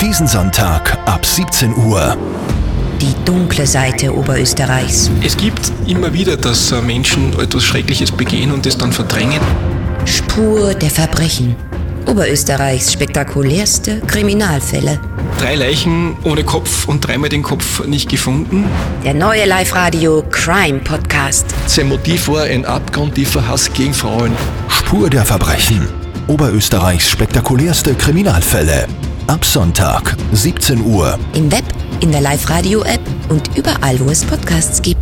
Diesen Sonntag ab 17 Uhr. Die dunkle Seite Oberösterreichs. Es gibt immer wieder, dass äh, Menschen etwas Schreckliches begehen und es dann verdrängen. Spur der Verbrechen. Oberösterreichs spektakulärste Kriminalfälle. Drei Leichen ohne Kopf und dreimal den Kopf nicht gefunden. Der neue Live-Radio Crime Podcast. Sein Motiv war ein abgrundtiefer Hass gegen Frauen. Spur der Verbrechen. Oberösterreichs spektakulärste Kriminalfälle. Ab Sonntag, 17 Uhr. Im Web, in der Live-Radio-App und überall, wo es Podcasts gibt.